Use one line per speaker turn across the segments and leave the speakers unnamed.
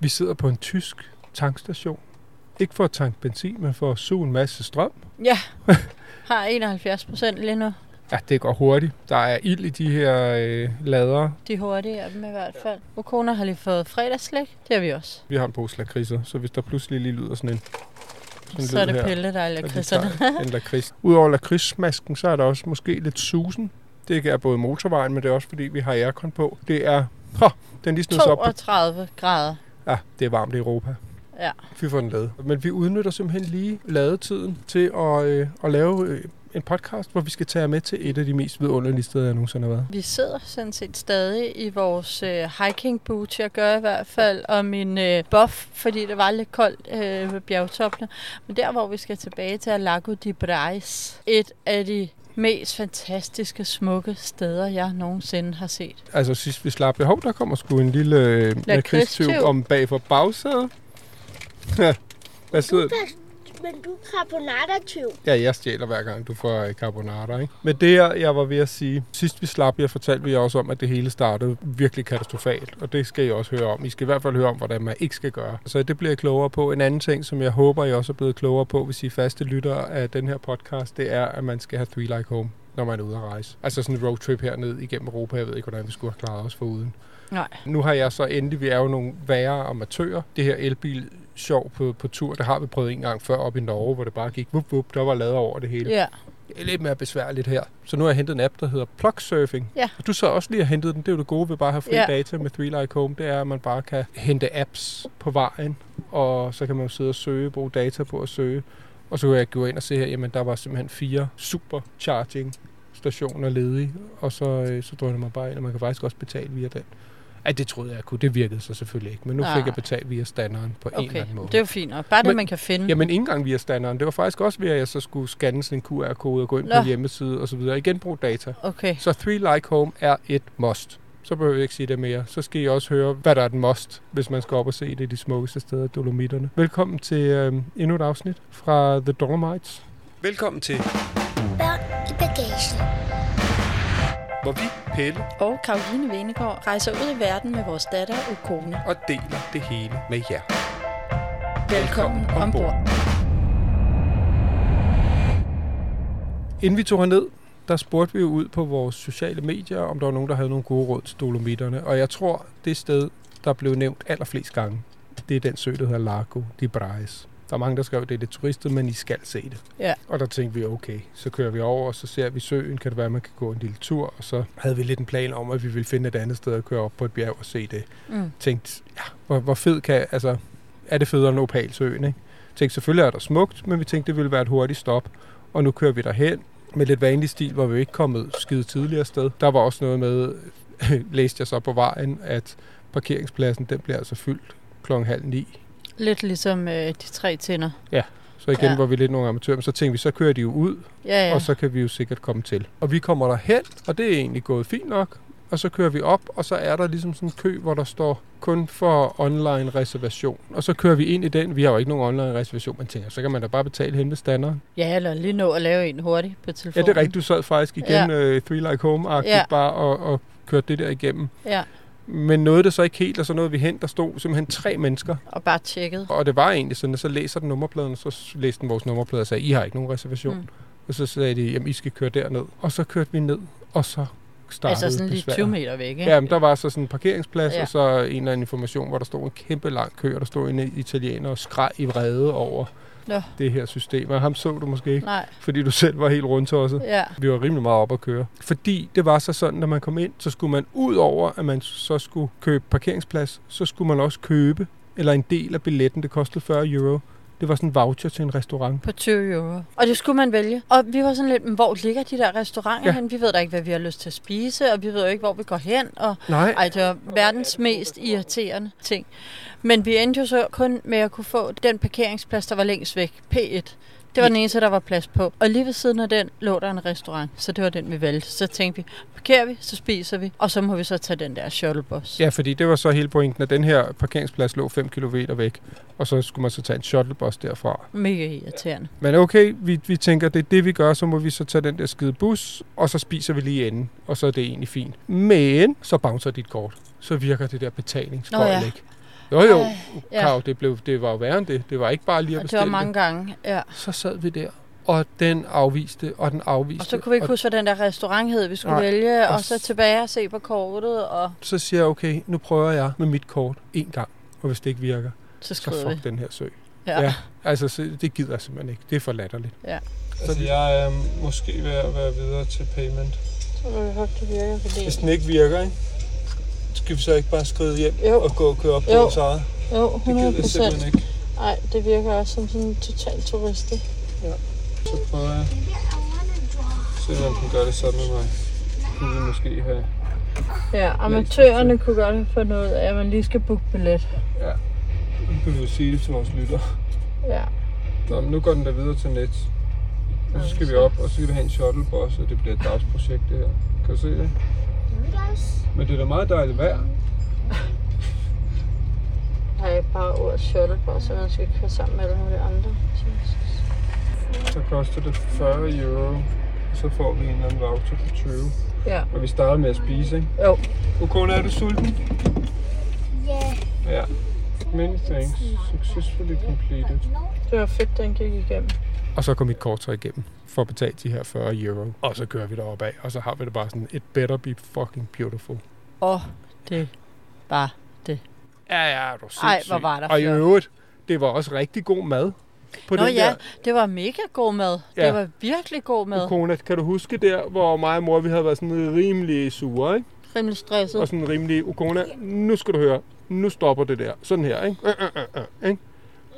Vi sidder på en tysk tankstation. Ikke for at tanke benzin, men for at suge en masse strøm.
Ja, har 71 procent lige nu.
Ja, det går hurtigt. Der er ild i de her øh, lader.
De hurtige af dem i hvert fald. Vores koner har lige fået fredagsslik. Det har vi også.
Vi har en pose lakridser, så hvis der pludselig lige lyder sådan en... Sådan
Så er det Pelle, der er lakridserne.
En lakrids. Udover lakridsmasken, så er der også måske lidt susen. Det er både motorvejen, men det er også fordi, vi har aircon på. Det er... Hå, den lige snudes op. på-
32 grader.
Ja, Ah, det er varmt i Europa.
Ja.
Fy for den lade. Men vi udnytter simpelthen lige ladetiden til at, øh, at lave øh, en podcast, hvor vi skal tage jer med til et af de mest vidunderlige steder, jeg nogensinde har været.
Vi sidder sådan set stadig i vores øh, hiking boots, jeg gør i hvert fald, og min øh, buff, fordi det var lidt koldt øh, ved bjergtoppene. Men der, hvor vi skal tilbage til, er Lago di Brais. Et af de mest fantastiske, smukke steder, jeg nogensinde har set.
Altså sidst vi slap, hov, der kommer sgu en lille øh, lakridstyv
Lakridstyv.
om bag for bagsædet. Hvad sidder
Men du er karbonadertyv.
Ja, jeg stjæler hver gang, du får øh, carbonater, ikke? Men det, jeg, jeg var ved at sige, sidst vi slap, jeg fortalte vi også om, at det hele startede virkelig katastrofalt, og det skal I også høre om. I skal i hvert fald høre om, hvordan man ikke skal gøre. Så det bliver jeg klogere på. En anden ting, som jeg håber, I også er blevet klogere på, hvis I er faste lyttere af den her podcast, det er, at man skal have Three Like Home når man er ude at rejse. Altså sådan en roadtrip herned igennem Europa. Jeg ved ikke, hvordan vi skulle have klaret os foruden.
Nej.
Nu har jeg så endelig, vi er jo nogle værre amatører. Det her elbil sjov på, på tur, det har vi prøvet en gang før op i Norge, hvor det bare gik vup, vup, der var lader over det hele.
Ja,
Det er lidt mere besværligt her. Så nu har jeg hentet en app, der hedder Plug Surfing.
Ja.
Og du så også lige har hentet den. Det er jo det gode ved bare at have fri
Ja.
ja. data med Three Like Home. Det er, at man bare kan hente apps på vejen, og så kan man jo sidde og søge, bruge data på at søge. Og så kunne jeg gå ind og se her, jamen der var simpelthen fire super charging stationer ledige, og så, øh, så drønner man bare ind, og man kan faktisk også betale via den. Ej, det troede jeg kunne. Det virkede så selvfølgelig ikke, men nu
Nej.
fik jeg betalt via standeren på en eller
okay.
anden måde.
Det er jo fint nok. Bare det,
Men-
man kan finde.
Jamen ikke engang via standeren. Det var faktisk også ved, at jeg så skulle scanne sådan en QR-kode og gå ind Nå.
Nå.
på hjemmeside og så videre. Igen brug data.
Okay.
Så Three Like Home er et must. Så behøver jeg ikke sige det mere. Så skal I også høre, hvad der er et must, hvis man skal op og se det i de smukkeste steder, Dolomitterne. Velkommen til øh, endnu et afsnit fra The Dolomites. Velkommen til,
Børn i bagagen.
hvor vi, Pelle
Og Karoline Venegård rejser ud i verden med vores datter og kone.
og deler det hele med jer.
Velkommen
Velkommen ombord.
ombord.
Inden vi tog herned, der spurgte vi jo ud på vores sociale medier, om der var nogen, der havde nogle gode råd til Dolomitterne. Og jeg tror, det sted, der blev nævnt allerflest gange, det er den sø, der hedder Largo de Brais. Der er mange, der skrev, at det er lidt turistet, men I skal se det.
Ja.
Og der tænkte vi, okay, så kører vi over, og så ser vi søen, kan det være, man kan gå en lille tur. Og så havde vi lidt en plan om, at vi ville finde et andet sted at køre op på et bjerg og se det.
Mm.
Tænkte, ja, hvor, hvor fed kan, altså, er det federe end Opalsøen, ikke? Tænkte, selvfølgelig er der smukt, men vi tænkte, det ville være et hurtigt stop. Og nu kører vi derhen med lidt vanlig stil, hvor vi ikke kommet skide tidligere sted. Der var også noget med, læste jeg så på vejen, at parkeringspladsen, den bliver altså fyldt klokken halv ni.
Lidt ligesom øh, de tre tænder.
Så igen
Ja.
ja. var vi lidt nogle amatører, men så tænkte vi, så kører de jo ud,
Ja,
ja.
ja.
og så kan vi jo sikkert komme til. Og vi kommer derhen, og det er egentlig gået fint nok, og så kører vi op, og så er der ligesom sådan en kø, hvor der står kun for online reservation. Og så kører vi ind i den. Vi har jo ikke nogen online reservation, man tænker, så kan man da bare betale hen ved standeren.
Ja, eller lige nå at lave en hurtigt på
Ja,
telefonen.
det er rigtigt. Du sad faktisk igen ja. øh, Three Like Home-agtigt
Ja.
ja. bare og, og kørte det der igennem.
Ja,
Men nåede det så ikke helt, og så nåede vi hen, der stod simpelthen tre mennesker.
og bare tjekket.
Og det var egentlig sådan, at så læser den nummerpladen, og så læste den vores nummerplade og sagde, I har ikke nogen reservation.
Mm.
Mm. Og så sagde de, jamen I skal køre derned. Og så kørte vi ned, og så startede
Altså sådan lige
besværet.
20 meter væk, ikke?
Ja, men der var så sådan en parkeringsplads,
Ja.
ja. og så en eller anden information, hvor der stod en kæmpe lang kø, og der stod en italiener og skreg i vrede over
Nå.
det her system. Og ham så du måske ikke,
Nej,
fordi du selv var helt rundtosset.
ja.
Vi var rimelig meget op at køre. Fordi det var så sådan, når man kom ind, så skulle man ud over, at man så skulle købe parkeringsplads, så skulle man også købe, eller en del af billetten, det kostede 40 euro, Det var sådan en voucher til en restaurant.
på 20 euro. Og det skulle man vælge. Og vi var sådan lidt, "Men hvor ligger de der restauranter
Ja.
ja. hen? Vi ved da ikke, hvad vi har lyst til at spise, og vi ved jo ikke, hvor vi går hen. Og
Nej.
Ej, det var verdens mest irriterende ting. Men vi endte jo så kun med at kunne få den parkeringsplads, der var længst væk. P1. Det var den eneste, der var plads på. Og lige ved siden af den lå der en restaurant, så det var den, vi valgte. Så tænkte vi, parkerer vi, så spiser vi, og så må vi så tage den der shuttlebus.
Ja, fordi det var så hele pointen, at den her parkeringsplads lå 5 km væk, og så skulle man så tage en shuttlebus derfra.
Mega irriterende.
Men okay, vi, vi tænker, det er det, vi gør, så må vi så tage den der skide bus, og så spiser vi lige inden, og så er det egentlig fint. Men så bouncer dit kort. Så virker det der betalingsbøjl
Nå ja.
ikke. Jo jo,
Ej, ja.
Kav, det, blev, det var jo værre end det. Det var ikke bare lige at
Og det var
bestille
mange gange, ja.
det. Så sad vi der, og den afviste, og den afviste.
Og så kunne vi ikke huske, hvad den der restaurant hed, vi skulle
Nej.
vælge,
Og
og så
s-
tilbage og se på kortet, og
så siger jeg, okay, nu prøver jeg med mit kort en gang, og hvis det ikke virker,
så
så
skød vi.
fuck den her sø.
Ja.
Ja. Altså, så det gider jeg simpelthen ikke. Det er for latterligt.
Ja.
Så Altså, jeg er øhm, måske ved at være videre til payment.
Så må vi håbe, det virker, fordi...
Hvis den ikke virker, ikke? skal vi så ikke bare skride hjem
Jo.
og gå og køre op
Jo.
vores eget?
Jo,
Det
100
gider jeg
procent.
simpelthen ikke.
Nej, det virker også som sådan en total turistet.
Så prøver jeg at se, om den gør det samme med mig. Kunne vi måske have...
Ja, amatørerne kunne godt have fundet ud af, at man lige skal booke billet.
Nu kan vi jo sige det til vores lytter.
Ja.
Nå, men nu går den der videre til net. Og så skal vi op, og så skal vi have en shuttlebus, og det bliver et dagsprojekt, det her. Kan du se det? Men det er da meget dejligt vejr.
Der er bare ordet shuttle på, så man skal køre sammen med alle mulige andre. Jesus.
Så koster det 40 euro, og så får vi en eller anden voucher på 20.
Ja.
Og vi starter med at spise, ikke?
Jo.
Ukona, er du sulten?
Ja.
Ja. Many thanks. Successfully completed.
Det var fedt, den gik igennem.
Og så kom mit kort så igennem for at betale de her 40 euro. Og så kører vi deroppe af, og så har vi det bare sådan, et better be fucking beautiful.
Og det var
Ja, ja, er du sindssyg.
Ej, hvor var der
Og i
flot.
øvrigt, det var også rigtig god mad på
Nå
den
ja,
der.
det var mega god mad.
Ja.
Det var virkelig god mad.
Kona, kan du huske der, hvor mig og mor, vi havde været sådan rimelig sure, ikke?
Rimelig stresset.
Og sådan rimelig, Ukona, nu skal du høre, nu stopper det der. Sådan her, ikke? Øh, øh, øh, øh, ikke?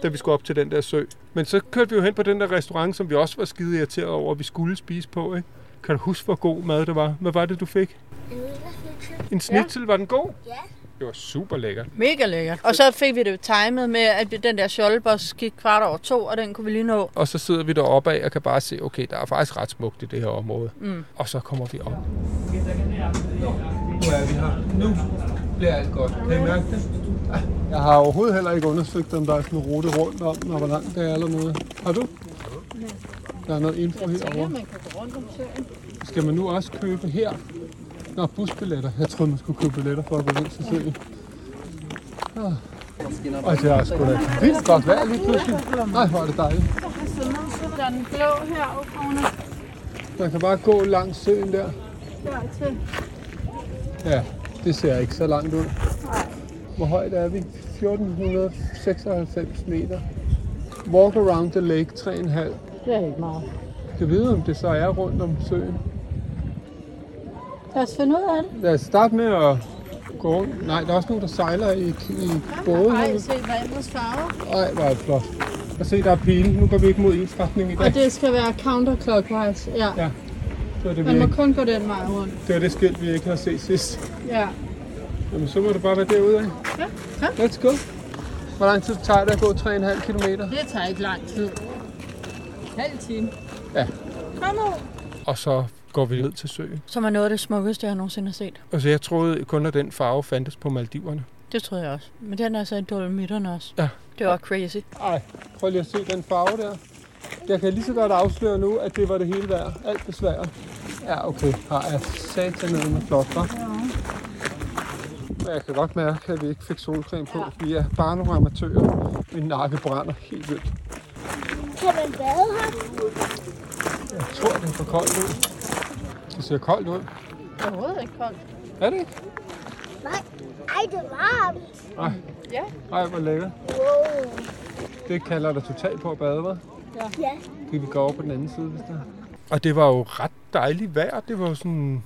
Da vi skulle op til den der sø. Men så kørte vi jo hen på den der restaurant, som vi også var skide irriteret over, at vi skulle spise på, ikke? Kan du huske, hvor god mad det var? Hvad var det, du fik? En snitsel, ja. var den god?
Ja.
Det var super lækkert.
Mega lækkert. Og så fik vi det jo timet med, at vi- den der shuttlebus gik kvart over to, og den kunne vi lige nå.
Og så sidder vi deroppe af og kan bare se, okay, der er faktisk ret smukt i det her område.
Mm.
Og så kommer vi op. Nu er vi her. Nu bliver alt godt. Kan I mærke det? Jeg har overhovedet heller ikke undersøgt, om der er sådan en rute rundt om, og hvor langt det er eller noget. Har du? Der er noget info herovre.
man kan gå rundt om søen.
Skal man nu også købe her? Nå, busbilletter. Jeg troede, man skulle købe billetter for at gå ned til søen. Ah. Og det er sgu da vildt godt vejr lige pludselig. Nej, hvor er det dejligt.
Der er den blå her, Ukone.
Man kan bare gå langs søen der.
Dertil.
Ja, det ser ikke så langt ud. Hvor højt er vi? 1496 meter. Walk around the lake 3,5.
Det er ikke meget.
Kan vide, om det så er rundt om søen.
Lad os finde ud af det.
Lad os starte med at gå rundt. Nej, der er også nogen, der sejler i, i både.
Ej, se vandets farve.
Ej, hvor er det flot. Og se, der er pile. Nu går vi ikke mod ens retning i dag.
Og det skal være counterclockwise. Ja.
Ja. Det var det,
Man
vi
må
ikke,
kun gå den vej rundt.
det, var det skilt, vi ikke har set sidst.
Ja.
Jamen, så må det bare være derude af.
Ja, ja.
Let's go. Hvor lang tid tager det at gå 3,5 km?
Det tager ikke lang tid. Halv time.
Ja.
Kom nu.
Og så går vi ned til søen.
Som er noget af det smukkeste, jeg nogensinde har set.
Altså, jeg troede kun, at den farve fandtes på Maldiverne.
Det troede jeg også. Men den er så i Dolomitterne også.
Ja.
Det var crazy.
Ej, prøv lige at se den farve der. Jeg kan lige så godt afsløre nu, at det var det hele værd. Alt besværet. Ja, okay. Har jeg satan ned med flot, hva'? Men jeg kan godt mærke, at vi ikke fik solcreme på. Vi er bare nogle amatører. Min nakke brænder helt vildt.
Kan man bade her?
Jeg tror, det er for koldt ud. Det ser koldt ud.
Overhovedet ikke koldt.
Er det ikke?
Nej. Ej, det er varmt.
Nej.
Ja.
Ej, hvor lækkert.
Wow.
Det kalder dig totalt på at bade, hva'?
Ja.
Kan vi gå over på den anden side, hvis der Og det var jo ret dejligt vejr. Det var sådan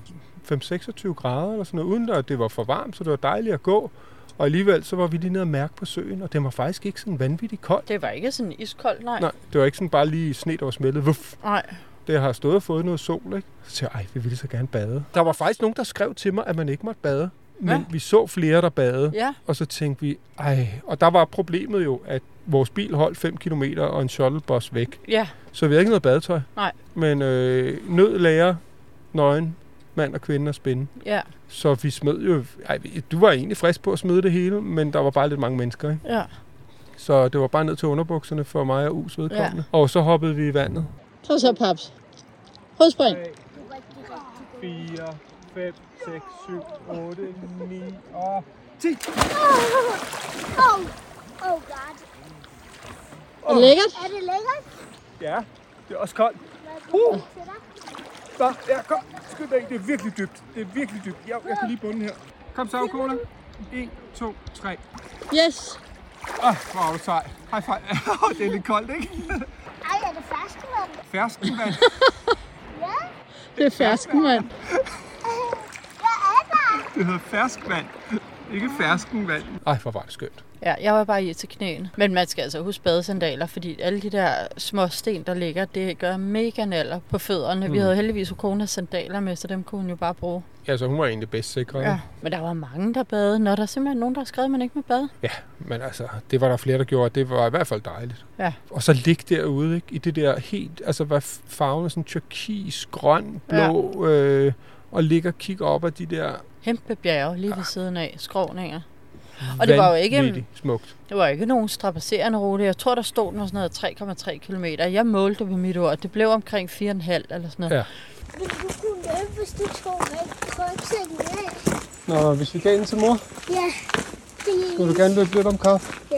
5-26 grader eller sådan noget, uden at det var for varmt, så det var dejligt at gå. Og alligevel så var vi lige nede og mærke på søen, og den var faktisk ikke sådan vanvittigt kold.
Det var ikke sådan iskoldt, nej.
Nej, det var ikke sådan bare lige sne, der var smeltet. Vuff.
Nej.
Det har stået og fået noget sol, ikke? Så tænkte jeg, ej, vi ville så gerne bade. Der var faktisk nogen, der skrev til mig, at man ikke måtte bade. Men
Ja.
vi så flere, der badede.
Ja,
Og så tænkte vi, ej, og der var problemet jo, at vores bil holdt 5 km og en shuttlebus væk.
ja,
Så vi havde ikke noget badetøj.
Nej.
Men øh, nød lærer, nøgen, mand og kvinde at spinde.
ja,
Så vi smed jo... Ej, du var egentlig frisk på at smide det hele, men der var bare lidt mange mennesker, ikke?
ja.
Så det var bare ned til underbukserne for mig og Us vedkommende. Ja. Og så hoppede vi i vandet.
Så så, paps. Hovedspring.
4, 5, 6, 7, 8, 9 og...
Oh, oh, oh God.
Lækkert.
Er det lækkert?
Ja, det er også koldt.
Uh.
Nå, ja, kom. Skynd dig. Det er virkelig dybt. Det er virkelig dybt. Jeg, jeg kan lige bunden her. Kom så, Kona. 1, 2, 3.
Yes.
Åh, Ah, hvor er du sej. High five. det er lidt koldt, ikke?
Ej, er det ferskvand?
Ferskenvand.
Ja.
Det er fersken, mand.
Hvad er der?
Det hedder ferskvand. Ikke ferskenvand. Ej, hvor var det skønt.
Ja, jeg var bare i til knæene. Men man skal altså huske badesandaler, fordi alle de der små sten, der ligger, det gør mega naller på fødderne. Mm. Vi havde heldigvis Okonas sandaler med, så dem kunne hun jo bare bruge.
Ja, så hun var egentlig bedst sikret.
Men der var mange, der badede. Nå, der er simpelthen nogen, der har skrevet, at man ikke må bade.
ja, men altså, det var der flere, der gjorde, og det var i hvert fald dejligt.
Ja.
Og så ligge derude, ikke? I det der helt, altså hvad farven er sådan turkis, grøn, blå, ja. øh, og ligge og kigge op af de der
Hempe bjerge lige ved siden af. Skråninger. Og det var jo ikke-
vanvittigt smukt.
Det var ikke nogen strapasserende rute. Jeg tror, der stod den var sådan noget 3,3 km. Jeg målte på mit ord. Det blev omkring 4,5 eller sådan noget.
Ja.
Vil du kunne løbe, hvis du tog med rygsækken af?
Nå, hvis vi kan ind til mor,
Ja.
vil
Det,
du gerne løbe lidt om kaffe?
ja.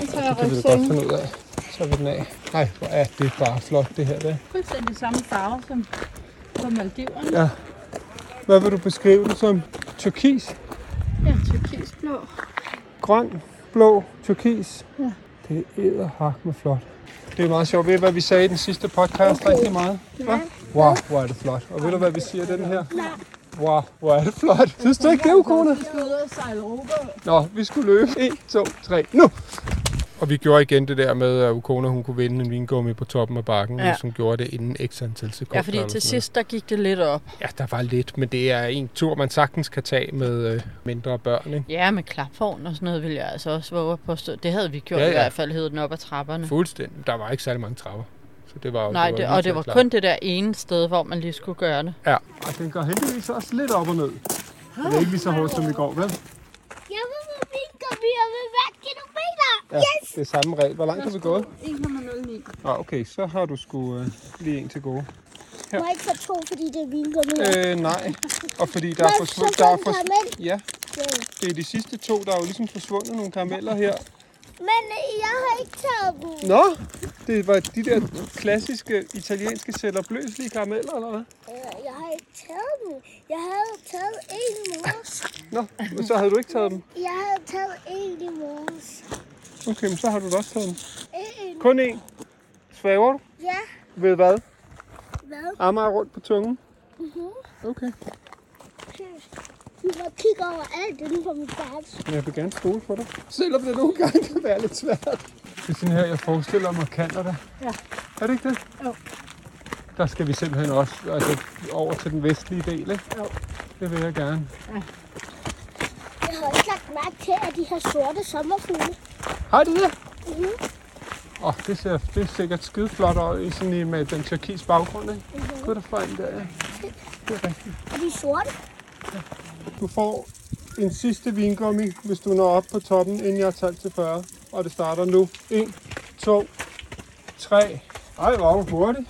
Det kan vi da godt finde ud af. Så er vi den af. Nej, hvor er det bare flot, det her. Der.
Fuldstændig samme farve som på Maldiverne.
Ja. Hvad vil du beskrive det som? Turkis?
Ja, turkisblå.
grøn, blå, turkis. Ja. Det er æderhak med flot. Det er meget sjovt. Ved du, hvad vi sagde i den sidste podcast okay. rigtig meget? Ja. Wow, hvor er det flot. Og ved du, hvad vi siger i den her? Wow, hvor er det flot. Synes du ikke det, Ukona?
Vi skal ud og sejle Europa.
Nå, vi skulle løbe. 1, 2, 3, nu! Og vi gjorde igen det der med, at Ukona hun kunne vinde en vingummi på toppen af bakken,
Ja.
ja. som gjorde det inden x antal sekunder.
Ja, fordi
eller
til
sådan noget.
sidst, der gik det lidt op.
Ja, der var lidt, men det er en tur, man sagtens kan tage med øh, mindre børn, ikke?
Ja, med klapvogn og sådan noget, ville jeg altså også våge at påstå. Det havde vi gjort ja,
Ja,
ja. i
ja.
hvert fald, hed den op ad trapperne.
Fuldstændig. Der var ikke særlig mange trapper. Så det var, jo-
Mm. Nej,
var
det,
lige
og
til
det
at
var
klare.
kun det der ene sted, hvor man lige skulle gøre det.
Ja. Og den går heldigvis også lidt op og ned. Og det er ikke lige så hårdt som i går, vel?
Jeg vil med vingummi, jeg vil hvert kilometer.
yes. det er samme regel. Hvor langt har vi gået? 1,09. Ah, okay, så har du sgu øh, lige en til gode.
Du må ikke få to, fordi det er vingummi.
Øh, nej. Og fordi der er
Men
forsvundet...
så
Der er
kom
forsvundet...
karamel.
Ja,
Ja.
det er de sidste to, der er jo ligesom forsvundet nogle karameller her.
Men øh, jeg har ikke taget dem.
Nå, det var de der klassiske italienske sætter bløslige karameller, eller hvad?
Øh, Jeg har ikke taget dem. Jeg havde taget en i morges.
Nå, men så havde du ikke taget dem.
Jeg havde taget en i morges.
Okay, men så har du da også taget dem.
En.
Kun én. Svæver du?
Ja.
Ved hvad?
Hvad?
Amager rundt på tungen?
Mhm.
Mm-hmm. Okay.
Du må kigge over alt inden på mit bars.
Men jeg vil gerne stole på dig. Selvom det nogle gange kan være lidt svært. Det er sådan her, jeg forestiller mig Canada.
Ja.
Er det ikke det?
Jo.
Der skal vi simpelthen også altså, over til den vestlige del, ikke? Jo. Det vil jeg gerne.
Jeg har ikke lagt mærke til, at de her sorte sommerfugle.
Har de det?
Mhm.
Åh, oh, det ser det er sikkert skide flot ud i sådan i med den turkis baggrund, ikke? Mm-hmm. Gud, der får en der, ja. Det er rigtigt.
Er de sorte?
Du får en sidste vingummi, hvis du når op på toppen, inden jeg har talt til 40. Og det starter nu. 1, 2, 3. Ej, hvor er du hurtig.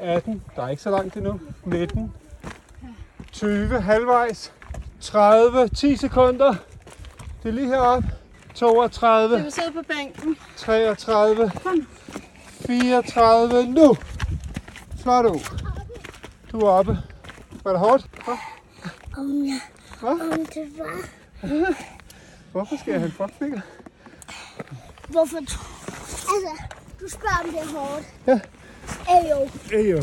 18. Der er ikke så langt endnu. 19. 20. Halvvejs. 30. 10 sekunder. Det er lige heroppe. 32.
vil sidde på bænken.
33, 34, nu! Flot ud. Du er oppe. Var det hårdt? Hva?
Om jeg...
Hvad?
Om det var...
Hvorfor skal jeg have en fuckfinger?
Hvorfor tror Altså, du spørger, om det er hårdt.
Ja.
Ayo,
Ejo.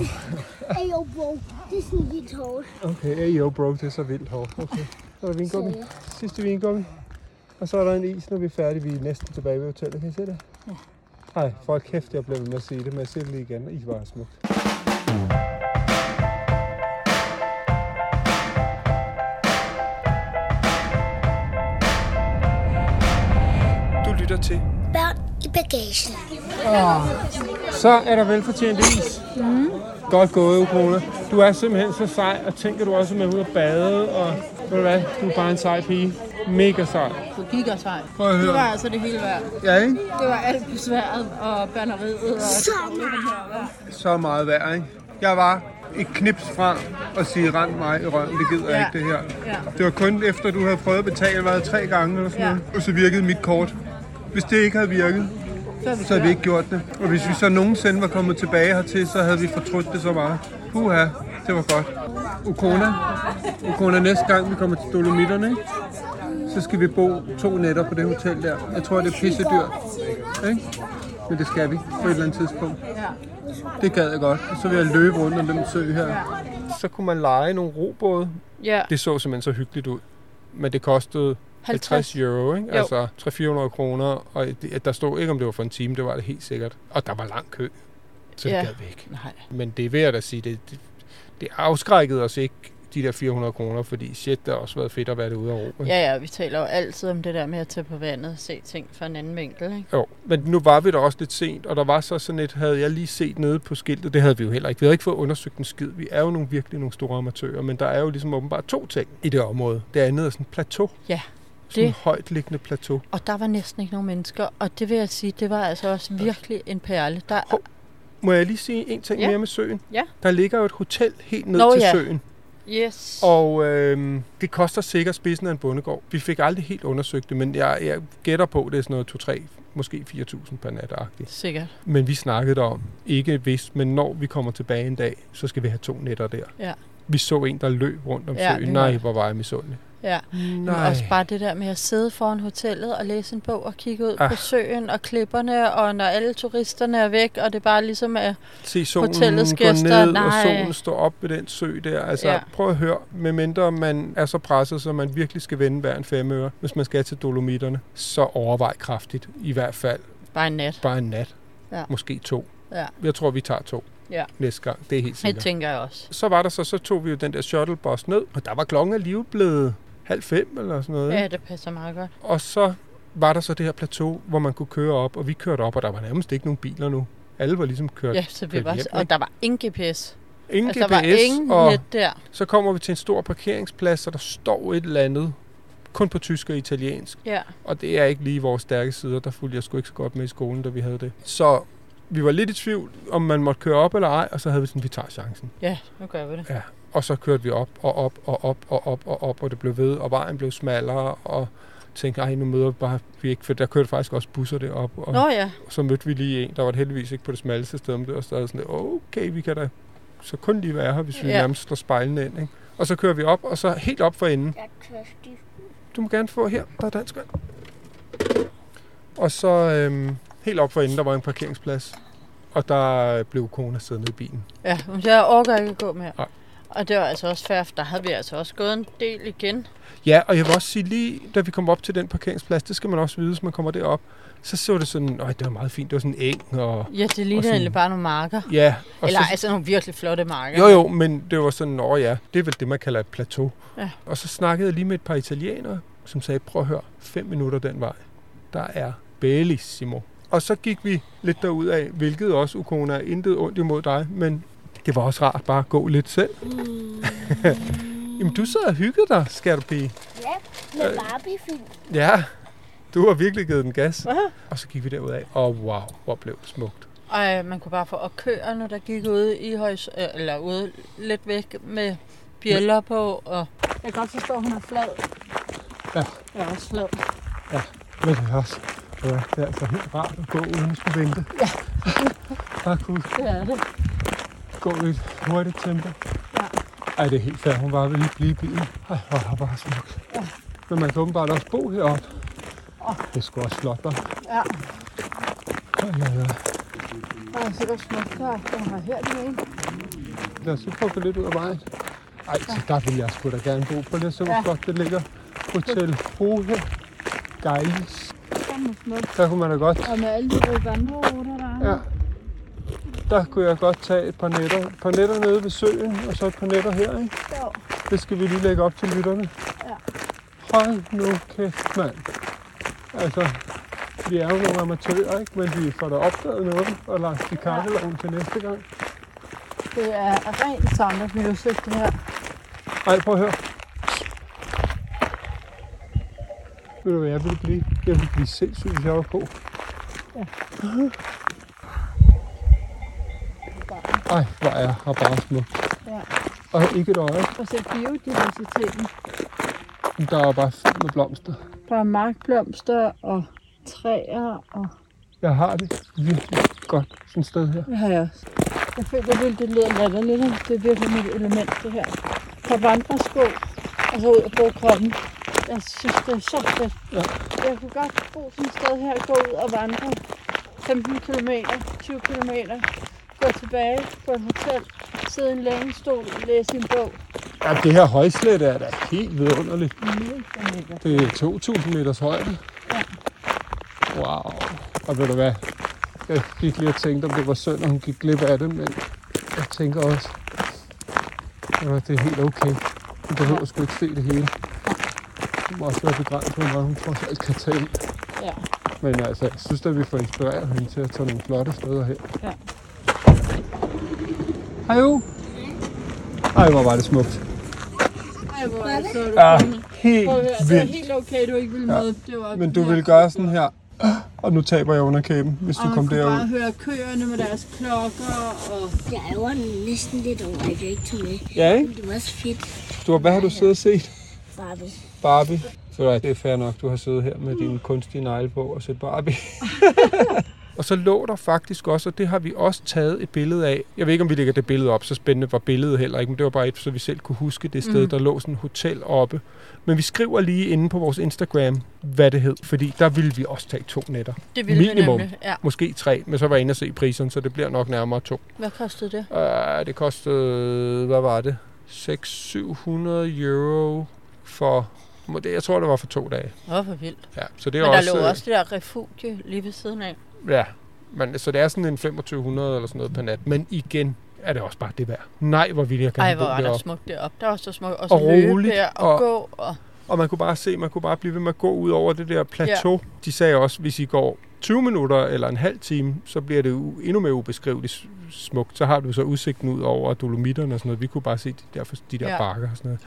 ayo, bro. Det er sådan lidt hårdt.
Okay, ejo, bro, det er så vildt hårdt. Okay. Så er der vingummi. Sidste vingummi. Og så er der en is, når vi er færdige. Vi er næsten tilbage ved hotellet. Kan I se det? Ja. Ej, for kæft, jeg blev ved med at se det, men jeg ser det lige igen. I var smukt. Du lytter til.
Børn i bagagen.
Så er der velfortjent is. Mm. Godt gået, Ukone. Du er simpelthen så sej, og tænker du også med ud og bade, og ved du hvad, du er bare en sej pige. Mega sej.
Du gik og sej.
Prøv at
Det var
høre.
altså det hele værd.
Ja, ikke?
Det var alt besværet og banneriet og
så meget værd, ikke? Jeg var et knips fra at sige, rend mig i røven, det gider jeg
Ja.
ikke det her.
Ja.
Det var kun efter, du havde prøvet at betale hvad, tre gange eller sådan
Ja.
noget, og så virkede mit kort. Hvis det ikke havde virket,
så er vi
så havde vi
klar.
ikke gjort det. Og hvis vi så nogensinde var kommet tilbage hertil, så havde vi fortrudt det så meget. Puha, det var godt. Ukona, Ukona næste gang vi kommer til Dolomitterne, ikke? så skal vi bo to nætter på det hotel der. Jeg tror, det er pissedyrt, ikke? Men det skal vi på et eller andet tidspunkt.
Ja.
Det gad jeg godt. Og så vil jeg løbe rundt om den sø her. Så kunne man lege nogle robåde.
ja.
Det så simpelthen så hyggeligt ud. Men det kostede 50, 50 euro, ikke?
Jo.
Altså 300-400 kroner. Og det, der stod ikke, om det var for en time. Det var det helt sikkert. Og der var lang kø. Så det
Ja.
gad vi ikke.
Nej.
Men det er ved at da sige, det, det, det afskrækkede os ikke, de der 400 kroner. Fordi shit, det har også været fedt at være derude og ro. ikke?
Ja, ja, vi taler jo altid om det der med at tage på vandet og se ting fra en anden vinkel, ikke?
Jo, men nu var vi der også lidt sent, og der var så sådan et, havde jeg lige set nede på skiltet, det havde vi jo heller ikke. Vi havde ikke fået undersøgt en skid. Vi er jo nogle, virkelig nogle store amatører, men der er jo ligesom åbenbart to ting i det område. Det andet er sådan et plateau.
Ja,
Sådan
det-
et højt liggende plateau.
Og der var næsten ikke nogen mennesker, og det vil jeg sige, det var altså også virkelig en perle. Der,
Hov, Må jeg lige sige en ting
Ja.
mere med søen?
Ja.
Der ligger jo et hotel helt ned
Nå,
til
ja.
søen,
yes.
og øhm, det koster sikkert spidsen af en bondegård. Vi fik aldrig helt undersøgt det, men jeg, jeg gætter på, det er sådan noget 2-3, måske 4.000 per nat -agtigt.
Sikkert.
Men vi snakkede om, ikke hvis, men når vi kommer tilbage en dag, så skal vi have to nætter der.
Ja.
Vi så en, der løb rundt om
Ja,
søen.
det
Nej,
var-
hvor var jeg misundelig.
Ja.
Nej.
Nej. Også bare det der med at sidde foran hotellet og læse en bog og kigge ud
Ah.
ah. på søen og klipperne, og når alle turisterne er væk, og det bare ligesom er...
Se solen gå
hotellets gæster,
ned, og
nej.
solen står op ved den sø der. Altså,
Ja.
prøv at høre, medmindre man er så presset, så man virkelig skal vende hver en femøre, hvis man skal til Dolomitterne, så overvej kraftigt. I hvert fald
Bare en nat.
bare en nat.
Ja.
Måske to.
Ja.
Jeg tror, vi tager to
Ja.
næste gang. Det er helt sikkert.
Det tænker jeg også.
Så var der så, så tog vi jo den der shuttlebus ned, og der var klokken alligevel blevet halv fem eller sådan noget. ikke?
Ja, det passer meget godt.
Og så var der så det her plateau, hvor man kunne køre op, og vi kørte op, og der var nærmest ikke nogen biler nu. Alle var ligesom kørt.
Ja, så vi
kørte
var,
hjem, ikke?
og der var ingen GPS.
Ingen
altså,
altså,
der var
GPS,
ingen
og
net der.
så kommer vi til en stor parkeringsplads, og der står et eller andet, kun på tysk og italiensk.
Ja.
Og det er ikke lige vores stærke sider, der fulgte jeg sgu ikke så godt med i skolen, da vi havde det. Så vi var lidt i tvivl, om man måtte køre op eller ej, og så havde vi sådan, vi tager chancen.
ja, nu gør vi det.
Ja, og så kørte vi op og op og op og op og op, og det blev ved, og vejen blev smallere, og tænkte, ej, nu møder vi bare, vi ikke, for der kørte faktisk også busser derop, og
Nå ja,
så mødte vi lige en, der var det heldigvis ikke på det smalleste sted, men det var stadig sådan, lidt, okay, vi kan da så kun lige være her, hvis vi
Ja.
nærmest slår spejlene ind, ikke? Og så kører vi op, og så helt op for enden.
Jeg er tørstig.
Du må gerne få her, der er dansk vand. Og så øhm, helt op for enden, der var en parkeringsplads, og der blev kona siddende i bilen.
ja, men jeg overgår ikke at gå mere.
Nej.
Og det var altså også fair, for der havde vi altså også gået en del igen.
Ja, og jeg vil også sige, lige da vi kom op til den parkeringsplads, det skal man også vide, hvis man kommer derop, så så det sådan, nej, det var meget fint, det var sådan en eng, og
Ja, det lignede
sådan-
egentlig bare nogle marker.
ja. Og
Eller
så,
altså nogle virkelig flotte marker.
jo, jo, men det var sådan, åh ja, det er vel det, man kalder et plateau.
Ja.
Og så snakkede jeg lige med et par italienere, som sagde, prøv at høre, fem minutter den vej, der er bellissimo. Og så gik vi lidt derud af, hvilket også, Ukona, er intet ondt imod dig, men det var også rart bare at gå lidt selv. Jamen, du sad og hyggede dig, skatterpige.
Ja, med
Øh.
Barbie-film.
Ja, du har virkelig givet den gas. Og så gik vi derud af, og wow, hvor blev det smukt.
Og øh, man kunne bare få og køerne, der gik ude, i højs, øh, eller ude lidt væk med bjæller på. Og... Jeg kan godt forstå, at hun er flad.
Ja.
Jeg er også flad.
Men det er også, ja, det er altså helt rart at gå, uden at skulle vente. Ja. Bare kunne
Det er det.
gå i et hurtigt tempo.
Ja.
Ej, det er helt fair, hun bare vil lige blive i bilen. Ej, hvor er det bare smukt. Ja. Men man kan åbenbart også bo heroppe. Oh. Det er sgu også flot, hva'?
Ja,
Ej, ja, ja.
der er sikkert smukt her. Den var her lige en.
Lad os lige prøve lidt ud af vejen. Ej, så der vil jeg sgu da gerne bo. Prøv lige at se, hvor
Ja.
flot det ligger. Hotel Hohe. Guys.
Fandme smukt.
Der kunne man da godt.
Og med alle de røde vandreruter, der er.
Ja. Der kunne jeg godt tage et par netter. Et par netter nede ved søen, og så et par netter her, ikke?
Jo.
Det skal vi lige lægge op til lytterne.
Ja.
Hold nu kæft, mand. Altså, vi er jo nogle amatører, ikke? Men vi får da opdaget noget og lagt i kakkeloven til næste gang.
Det er rent Sound of Music, det her.
Ej, prøv at høre. Ved du, hvad jeg ville blive? Jeg ville blive sindssyg, hvis jeg var på. Ej, hvor er her bare smukt.
Ja.
Og ikke et øje.
Og se biodiversiteten.
men Der er bare fyldt med blomster.
Der er markblomster og træer, og
Jeg har det virkelig godt sådan et sted her.
det har jeg også. Jeg føler virkelig, det lyder latterligt. ikke? Det er virkelig mit element, det her. På vandresko, og så ud og bruge kroppen. Jeg synes, det er så fedt.
Ja.
Jeg kunne godt bo sådan et sted her, gå ud og vandre 15 km, 20 km, gå tilbage på et hotel, sidde i en lænestol, læse en bog.
Ja, det her højslet er da helt vidunderligt.
Mega lækkert.
Det er 2.000 meters højde. Wow. Og ved du hvad? Jeg gik lige og tænkte, om det var synd, at hun gik glip af det, men jeg tænker også, at det er helt okay. Hun behøver sgu ikke se det hele. Hun må også være begrænset, hvor meget hun trods alt kan tage ind.
Ja.
Men altså, jeg synes at vi får inspireret hende til at tage nogle flotte steder her.
Ja.
Hej jo. Ej, hvor var det smukt.
Ej, hvor er det så, du
Ja,
kommer.
helt
Prøv at høre, det er
vildt.
helt okay, du ikke ville
Ja.
med. Det var
Men du vil gøre sådan her. Og nu taber jeg underkæben, hvis du
Og
kom
man kunne
derud.
bare høre køerne med deres klokker, og
Jeg ærger næsten lidt over, at jeg ikke tog med.
Ja,
Men
ikke?
det var også fedt,
Du, hvad har du siddet og set?
Barbie.
Barbie. Så nej, det er fair nok, du har siddet her med din kunstige negle på og set Barbie. og så lå der faktisk også, og det har vi også taget et billede af. Jeg ved ikke, om vi lægger det billede op, så spændende var billedet heller ikke, men det var bare et, så vi selv kunne huske det sted, mm. der lå sådan et hotel oppe. Men vi skriver lige inde på vores Instagram, hvad det hed, fordi der ville vi også tage to nætter.
Det ville
Minimum.
vi nemlig. Ja.
Måske tre, men så var jeg inde og se prisen, så det bliver nok nærmere to.
Hvad kostede det?
Uh, det kostede, hvad var det? 600-700 euro for, må det- jeg tror det var for to dage.
Åh, hvor vildt.
Ja, så det
Men
er
der
også,
lå
øh,
også det der refugie lige ved siden af.
Ja, men, så det er sådan en 2500 eller sådan noget per nat. Men igen er det også bare det værd. Nej, hvor ville jeg gerne
Ej, hvor
bo
var der
deroppe.
smukt deroppe. Der var så smukt. Og,
Og
så
roligt,
løbe her og,
og-
og gå. Og...
Og man kunne bare se, man kunne bare blive ved med at gå ud over det der plateau. Ja. De sagde også, hvis I går 20 minutter eller en halv time, så bliver det jo endnu mere ubeskriveligt s- smukt. Så har du så udsigten ud over dolomitterne og sådan noget. Vi kunne bare se de der, de der ja.
Ja.
bakker og sådan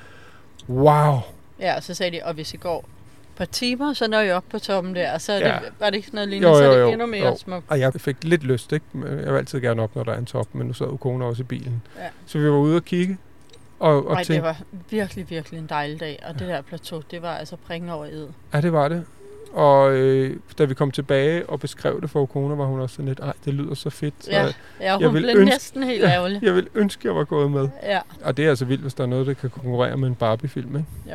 noget. Wow!
Ja, og så sagde de, og hvis I går et par timer, så når I op på toppen der. Og så er
Ja.
det, var det ikke sådan noget lignende, så er det endnu mere
jo.
smukt.
Og jeg fik lidt lyst, ikke? Men Jeg vil altid gerne op, når der er en top, men nu sad jo kone også i bilen.
Ja.
Så vi var ude og kigge, og, og
Ej, det
tænkte,
var virkelig, virkelig en dejlig dag. Og det der plateau, det var altså pringe over ed.
ja, det var det. Og øh, da vi kom tilbage og beskrev det for Kona, var hun også sådan lidt, ej, det lyder så fedt. Så
Ja,
jeg,
ja hun
jeg
jeg
vil
blev
ønske-
ønske... næsten helt ærgerlig.
jeg ville ønske, jeg var gået med.
Ja.
Og det er altså vildt, hvis der er noget, der kan konkurrere med en Barbie-film, ikke?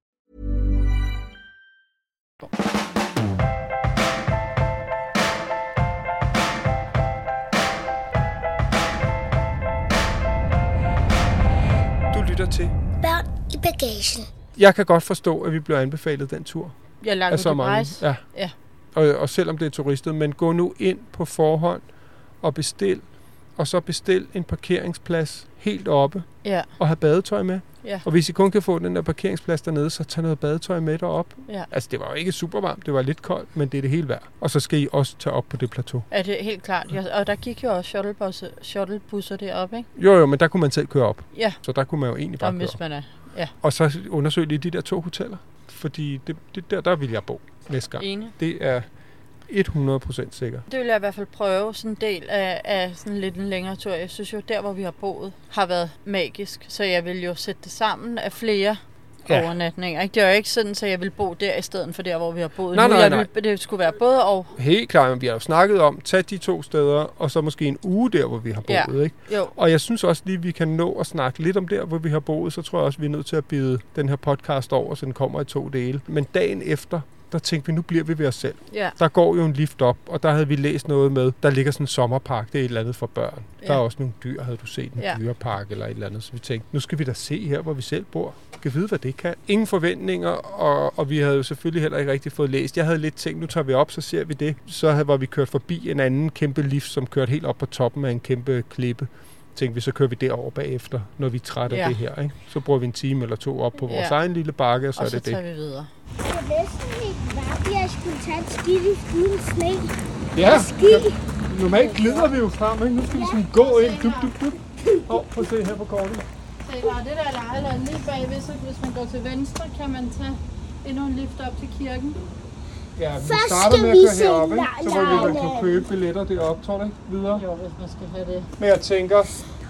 Du lytter til.
Børn i bagagen.
Jeg kan godt forstå, at vi bliver anbefalet den tur.
Jeg
af
lagde
så
det
mange.
rejse.
Ja.
Ja.
Og, og selvom det er turistet, men gå nu ind på forhånd og bestil, og så bestil en parkeringsplads helt oppe
Ja.
og have badetøj med.
Ja.
Og hvis I kun kan få den der parkeringsplads dernede, så tag noget badetøj med derop.
Ja.
Altså, det var jo ikke super varmt, det var lidt koldt, men det er det hele værd. Og så skal I også tage op på det plateau.
Er det helt klart? Jeg, og der gik jo også shuttlebusser, shuttlebusser deroppe, ikke?
Jo, jo, men der kunne man selv køre op.
Ja.
Så der kunne man jo egentlig bare
Om
køre
hvis
op.
man er
Og så undersøg lige de der to hoteller, fordi det, det der, der vil jeg bo næste gang.
enig.
Det er 100% sikker.
Det vil jeg i hvert fald prøve sådan en del af, af sådan lidt en længere tur. Jeg synes jo, der hvor vi har boet, har været magisk. Så jeg vil jo sætte det sammen af flere
Ja.
ja. overnatninger. Ikke? Det er jo ikke sådan, at jeg vil bo der i stedet for der, hvor vi har boet.
Nej,
nu.
nej,
jeg
nej.
Ville, det skulle være både og.
Helt klart, men vi har jo snakket om, tag de to steder, og så måske en uge der, hvor vi har
Ja.
boet. Ja. Ikke?
Jo,
Og jeg synes også lige, vi kan nå at snakke lidt om der, hvor vi har boet. Så tror jeg også, vi er nødt til at bide den her podcast over, så den kommer i to dele. Men dagen efter, der tænkte vi, nu bliver vi ved os selv.
ja.
Der går jo en lift op, og der havde vi læst noget med, der ligger sådan en sommerpark, det er et eller andet for børn. Ja. Der
Ja.
er også nogle dyr, havde du set en ja.
Ja.
dyrepark eller et eller andet. Så vi tænkte, nu skal vi da se her, hvor vi selv bor. Kan vide, hvad det kan. Ingen forventninger, og, og vi havde jo selvfølgelig heller ikke rigtig fået læst. Jeg havde lidt tænkt, nu tager vi op, så ser vi det. Så havde, var vi kørt forbi en anden kæmpe lift, som kørte helt op på toppen af en kæmpe klippe. Tænkte vi, så kører vi derover bagefter, når vi er trætte ja. af
Ja.
det her. Ikke? Så bruger vi en time eller to op på vores ja.
Ja.
egen lille bakke, og så
og
er
så
det det.
tager vi videre.
Jeg vidste ikke, hvorfor jeg skulle tage et skilift uden sne.
Ja.
Ski!
Normalt glider vi jo frem, ikke? Nu skal vi sådan gå ind. Dup, dup, dup. Åh, oh, prøv at se her på kortet.
Se, der er det der lejeland lige bagved, så hvis man går til venstre, kan man tage endnu en lift op til kirken.
Ja, vi
Først
starter med
skal
at
vi
køre
se
herop, ikke? Så må vi da
Lejland.
kunne købe billetter deroppe, tror du ikke? Videre.
Jo, hvis man skal have det.
Men jeg tænker,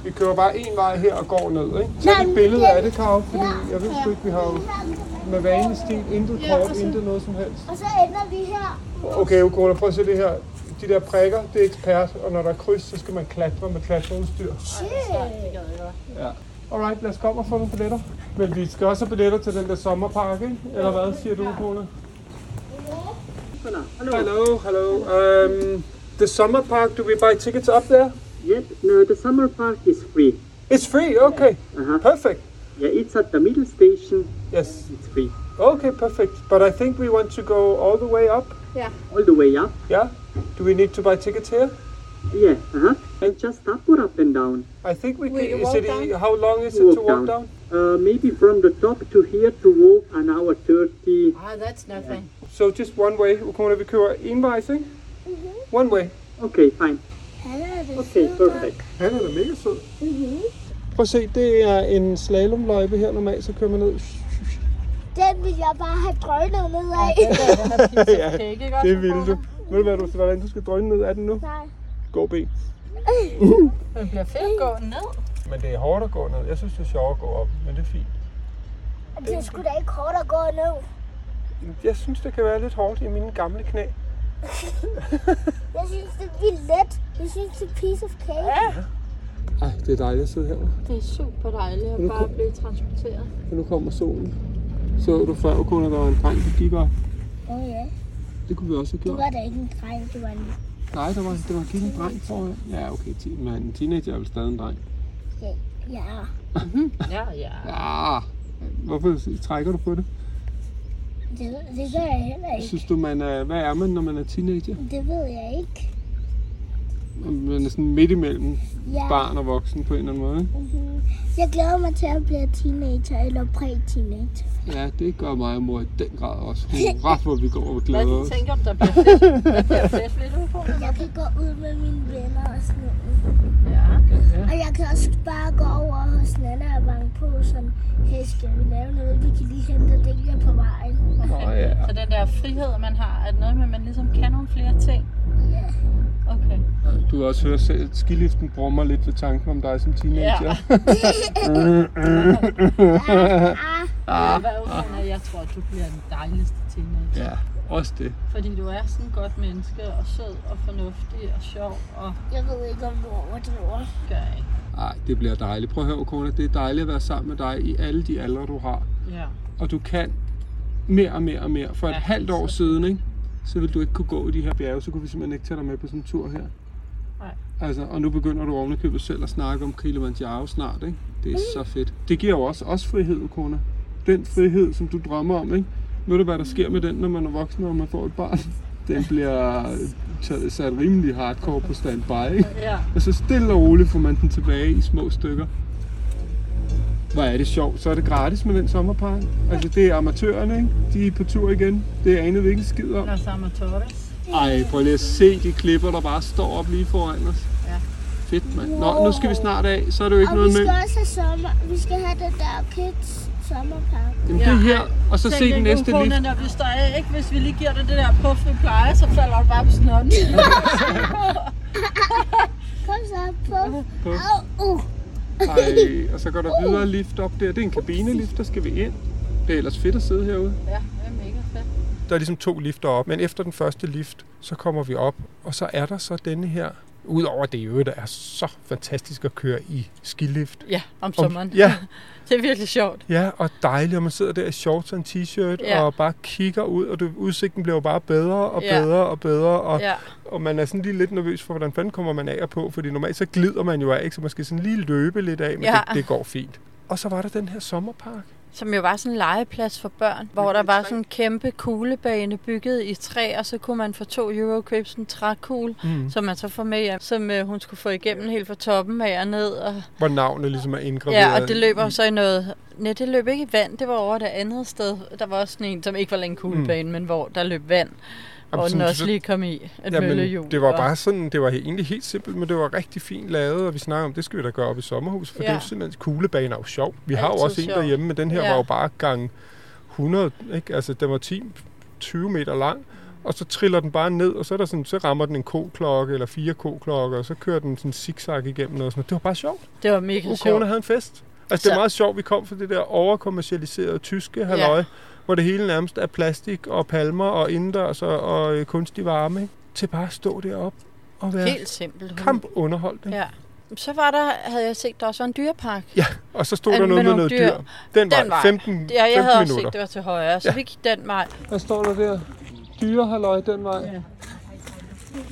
vi kører bare en vej her og går ned, ikke? Tag et
Men
billede
det-
af det, Karo, fordi jeg ved sgu ikke, vi har jo med vanestil intet
Ja,
kort,
og så-
intet noget som helst.
Og så ender vi her.
Okay, Ugola, prøv at se det her. De der prikker, det er ekspert, og når der er kryds, så skal man klatre med klatreudstyr. Ja. Alright, lad os komme og få nogle billetter. Men vi skal også have billetter til den der sommerpakke, ikke? Eller hvad siger du, Kone? Hello, hello. Um, the summer park, do we buy tickets up there?
Yes, no, the summer park is free. Uh-huh.
It's free, okay. Perfect.
Yeah, it's at the middle station.
Yes.
It's free.
Okay, perfect. But I think we want to go all the way up.
All the way up.
Yeah? Do we need to buy tickets here?
Yeah, uh-huh. And just up or up and down?
I think we can.
We
is
walk
it,
down?
How long is it to walk down?
Uh, maybe from the top to here to walk an hour 30.
Ah, that's nothing.
So just one way. Ukona, vi kører en vej, I think? One way.
Okay, fine.
Han er det
Okay, perfect.
Han er da mega sød. Mm-hmm. Prøv at se, det er en slalomløjpe her normalt, så kører man ned.
Den vil jeg bare have drønet ned af.
Ja. Det er ikke godt.
Det vil du. Ved du, hvad du, hvordan du skal drøne ned af den nu?
Nej.
Gå ben.
Det bliver fedt at gå ned.
Men det er hårdt at gå ned. Jeg synes, det er sjovt at gå op, men det er fint.
Det er sgu da ikke hårdt at gå ned.
Jeg synes, det kan være lidt hårdt i mine gamle knæ.
Jeg synes, det er vildt let. Jeg synes, det er piece of cake.
Ej, Ah, det er dejligt at sidde her.
Det er super dejligt at bare blive transporteret.
Og nu kommer solen. Så du før, kun at der var en dreng, der gik op.
Åh oh, ja.
Det kunne vi også have
Du
gjort.
var da ikke en dreng, du var en...
Nej, der var, der var gik en dreng foran. Ja, okay. ti- Men en teenager er vel stadig en dreng.
Ja.
Ja, ja.
Ah, hvorfor trækker du på det?
Det, det gør jeg heller ikke.
Synes du, man er, hvad er man, når man er teenager?
Det ved jeg ikke.
Man er sådan midt imellem
Ja.
barn og voksen på en eller anden måde. ikke?
Jeg glæder mig til at blive teenager eller præ-teenager.
Ja, det gør mig og mor i den grad også. Hurra, hvor vi går og
Hvad
glæder
du
os.
tænker, om der bliver fedt? Der bliver fedt, vil du?
Jeg kan gå ud med mine venner og sådan noget.
Ja.
Og jeg kan også bare gå over hos Nana og banke på sådan, hey, skal vi lave noget? Vi kan lige hente Delia på vejen.
Nå, ja.
Så den der frihed, man har, er det noget med, at man ligesom kan nogle flere ting?
Ja.
Okay.
Du kan også høre selv, at skiliften brummer lidt ved tanken om dig som teenager.
Ah,
Ah, hvad er jeg tror, du bliver den dejligste teenager.
ja, også det.
Fordi du er sådan et godt menneske, og sød, og fornuftig, og sjov, og
jeg ved ikke, om du overdriver.
gør ikke.
Ej, det bliver dejligt. Prøv at høre, Kona, det er dejligt at være sammen med dig i alle de aldre, du har.
Ja.
Og du kan mere og mere og mere. For et
Ja,
halvt år
så-
siden, ikke, så ville du ikke kunne gå i de her bjerge, så kunne vi simpelthen ikke tage dig med på sådan en tur her.
Nej.
Altså, og nu begynder du ovenikøbet selv at snakke om Kilimanjaro snart, ikke? Det er så fedt. Det giver jo også, også frihed, Kona. Den frihed, som du drømmer om, ikke? Ved du, hvad der sker med den, når man er voksen og man får et barn? Den bliver taget, sat rimelig hardcore på standby, ikke?
Ja.
Og så stille og roligt får man den tilbage i små stykker. Hvor er det sjovt. Så er det gratis med den sommerpakke. Altså, det er amatørerne, ikke? De er på tur igen. Det anede vi ikke en skid om.
Los Amatores.
Ej, prøv lige at se de klipper, der bare står op lige foran os.
Ja.
Fedt, mand. Nå, nu skal vi snart af. Så er det jo ikke
Og vi
noget med.
skal også have sommer. Vi skal have det der kids sommerpakke.
Jamen, det her, og så se den næste lift.
Når vi står af, ikke? Hvis vi lige giver dig det der puff, vi plejer, så falder du bare på snotten.
Kom så, puff.
Puff.
Au, uh.
Ej, og så går der videre lift op der. Det er en kabinelift, der skal vi ind. Det er ellers fedt at sidde herude.
ja, det er mega fedt.
Der er ligesom to lifter op, men efter den første lift, så kommer vi op, og så er der så denne her. Udover det jo, der er så fantastisk at køre i skilift.
Ja, om sommeren.
Ja,
Det er virkelig sjovt.
ja, og dejligt, og man sidder der i shorts og en t-shirt,
Ja.
ja. og bare kigger ud, og det, udsigten bliver jo bare bedre og
Ja.
bedre og bedre, og,
Ja.
og man er sådan lige lidt nervøs for, hvordan fanden kommer man af og på, fordi normalt så glider man jo af, ikke? så man skal sådan lige løbe lidt af, men
Ja.
ja. det, det går fint. Og så var der den her sommerpark.
Som jo var sådan en legeplads for børn, hvor der var sådan en kæmpe kuglebane bygget i træ, og så kunne man for to euro købe sådan en trækugle, mm. som man så får med hjem, som øh, hun skulle få igennem helt fra toppen af og ned. Og,
hvor navnet ligesom er indgraveret. Mm.
ja, og det løber
i-
så i noget... Nej, det løb ikke i vand, det var over det andet sted. Der var også sådan en, som ikke var en kuglebane, mm. men hvor der løb vand, hvor den
sådan-
også lige kom i et
Jamen,
møllehjul.
det var
og-
bare sådan, det var he- egentlig helt simpelt, men det var rigtig fint lavet, og vi snakker om, det skal vi da gøre op i sommerhus, for ja. det er
Ja.
jo simpelthen, kuglebaner er jo sjov. Vi har jo
Altid
også en
sjov.
derhjemme, men den her
Ja.
var jo bare gang 100, ikke? altså den var 10, 20 meter lang, og så triller den bare ned, og så, er der sådan, så rammer den en koklokke, eller fire koklokker, og så kører den sådan zigzag igennem noget. Sådan. noget. Det var bare sjovt.
Det var mega sjovt.
Ukona havde en fest. Altså, det
Så-
er meget sjovt, vi kom fra det der overkommercialiserede tyske halløj, ja. hvor det hele nærmest er plastik og palmer og indendørs og, og øh, kunstig varme, ikke? til bare at stå deroppe og være
Helt simpelt. hun-
kampunderholdning. Ja.
Ja. Så var der, havde jeg set, der også var en dyrepark.
Og så stod
Men-
der noget med
men nogle
noget dyr.
dyr.
Den, vej,
vej.
15,
Ja, jeg
15
havde også
minutter.
set, det var til højre, så ja.
Ja.
vi gik den vej.
Hvad står der der? Dyrehalløj den vej. Ja.